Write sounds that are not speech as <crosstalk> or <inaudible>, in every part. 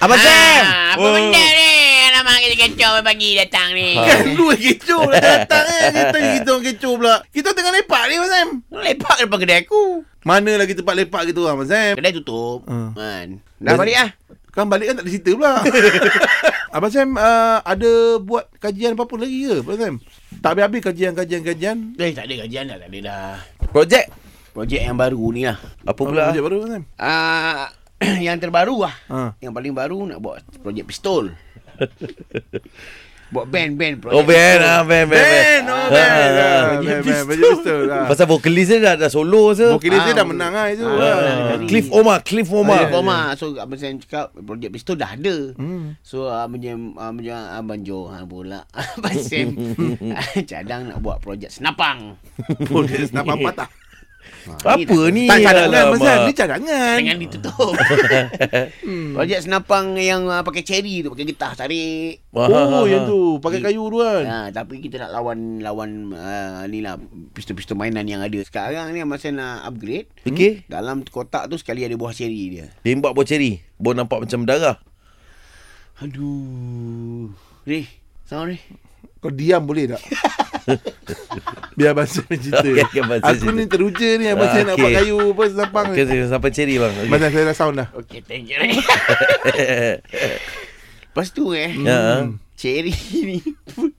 Abang Sam! Ah, apa benda ni? Alamak, kita kecoh pagi datang ni. Ha. Kan lu yang kecoh dah datang kan Kita kita orang kecoh pula Kita tengah lepak ni Abang Sam Lepak depan kedai aku. Mana lagi tempat lepak gitu Abang Sam Kedai tutup. Ah. Ha. Kan. Dah Dan- balik ah. Kan balik kan tak ada cerita pula Abang Sam uh, ada buat kajian apa-apa lagi ke Abang Sam Tak habis-habis kajian-kajian-kajian Eh, tak ada kajian dah, tak ada dah. Projek? Projek yang baru ni lah. Apa pula? Projek baru Abang Sam Ah, <clears throat> yang terbaru lah. ha. Ah. Yang paling baru nak buat projek <laughs> pistol. buat band-band projek Oh, Ben. Ah, ben, ben, Ben Oh Ah, Ben ah, Ah, ah. Ben Ben Baju pistol Ah. Pasal vokalis dia dah, dah solo se. Mungkin dia Ah. dah menang lah itu Ah. Ah. Ah. Cliff Omar, Cliff Omar. Omar. Omar. So Abang Sam cakap projek pistol dah ada. Hmm. So macam uh, macam Abang Johan pula. <laughs> Abang Sam <laughs> Ah, cadang nak buat projek senapang. Ah, Boleh Kenapa patah Apa ni? Tak lah, cadangan Abang Sam Ni Alamak. cadangan Dengan <laughs> ditutup. projek senapang yang uh, pakai ceri tu pakai getah tarik. Oh Ah, yang ah. tu Pakai kayu tu kan Ha, tapi kita nak lawan lawan uh, ni lah pistol-pistol mainan yang ada sekarang ni masa nak upgrade Okey. dalam kotak tu sekali ada buah ceri dia. Tembak buah ceri. Buah nampak macam darah. Aduh. Rih, sama Rih. Kau diam boleh <laughs> tak? Biar Abang Sam yang cerita. Okey, okey, Abang Sam Aku ni cerita. teruja ni Abang Ah, Sam nak okey. buat kayu apa senapang ni. Okay, sampai ceri bang. Abang Sam saya dah sound dah. Okey, thank you Rih. <laughs> Lepas tu eh, Ya. ah. Hmm. Cherry <laughs> ni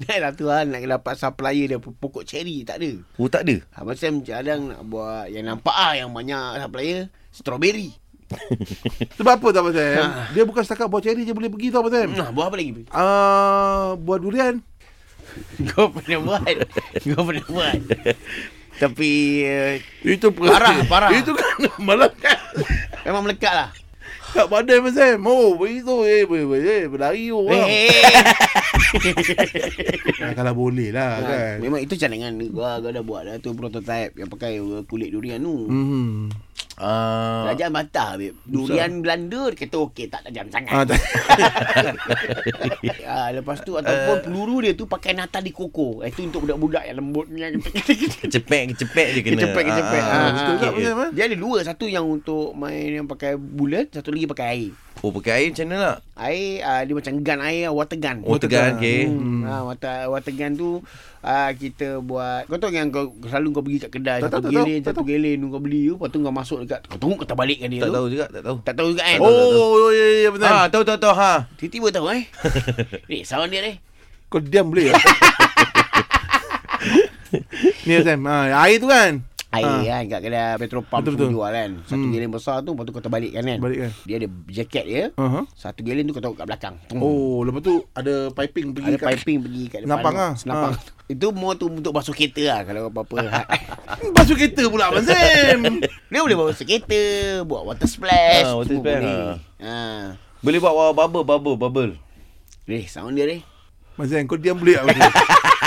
Dah lah tu lah Nak dapat supplier dia Pokok cherry tak ada Oh, tak ada. Abang Sam kadang nak buat Yang nampak ah Yang banyak supplier Strawberry Sebab apa tak Abang Sam? Ah. Dia bukan setakat buat ceri je boleh pergi tau Abang Sam. Nah buat apa lagi Ah, buat durian. <laughs> Kau pernah buat Kau pernah buat Tapi uh, Itu Parah, parah. Itu kan <laughs> melekat Memang melekat lah kat badan Abang Sam. Oh, begitu eh, boleh boleh berlari oh, orang. Eh, <laughs> Ah, kalau boleh lah kan. Ya, Ha, Memang itu cadangan gua, gua dah buat dah tu prototype Yang pakai kulit durian tu Hmm. Ah. Kerajaan bantah babe. Durian Belanda Dia kata okey Eh, tak tajam sangat Ah, tak. <laughs> Ah, lepas tu ataupun peluru dia tu pakai nata di koko. Eh, Itu untuk budak-budak yang lembut ni <laughs> yang kecil-kecil. Kecepek, kecepek je kena. Kecepek, kecepek. Ah, ah, Ah, Betul okey, tak Abang okey. Sam? eh? Dia ada dua, satu yang untuk main yang pakai bullet, satu lagi pakai air. Oh, pakai air macam mana nak? Air ah, dia macam gun air, ah, water gun. Oh, tegan. Okey. Hmm. Ha, water, water gun tu ah, kita buat Kau tahu yang kau selalu kau pergi kat kedai Tak Satu tahu, tak gelin, tahu, tak satu gelin Kau beli tu Lepas tu kau masuk dekat Kau tunggu kau terbalikkan dia Tak tu tahu juga, tak tahu. Tak tahu juga kan <laughs> Oh, ya ya ya Abang Sam. Ah, tahu tahu tahu ha. Tiba-tiba tahu <laughs> eh Eh sound dia ni Kau diam boleh tak? <laughs> Ni Abang Sam. Ah, air tu kan. Air Ah. kan kat kedai petrol pump Betul, betul, betul. jual kan Satu Hmm. hmm. gelin besar tu Lepas tu kau terbalikkan kan Balik kan. Dia ada jaket dia Uh-huh. Satu gelin tu kau taruh kat belakang Tung. Oh, lepas tu ada piping pergi Ada kat piping pergi kat depan Senapang tu. ah. Senapang Itu more tu untuk basuh kereta lah Kalau apa-apa Masuk kereta pula Abang Sam. Dia boleh basuh kereta Buat water splash Ah, water semua splash, boleh. Boleh buat bubble bubble bubble. Ha. Eh sound dia ni Abang Sam, kau diam boleh tak? Abang Sam?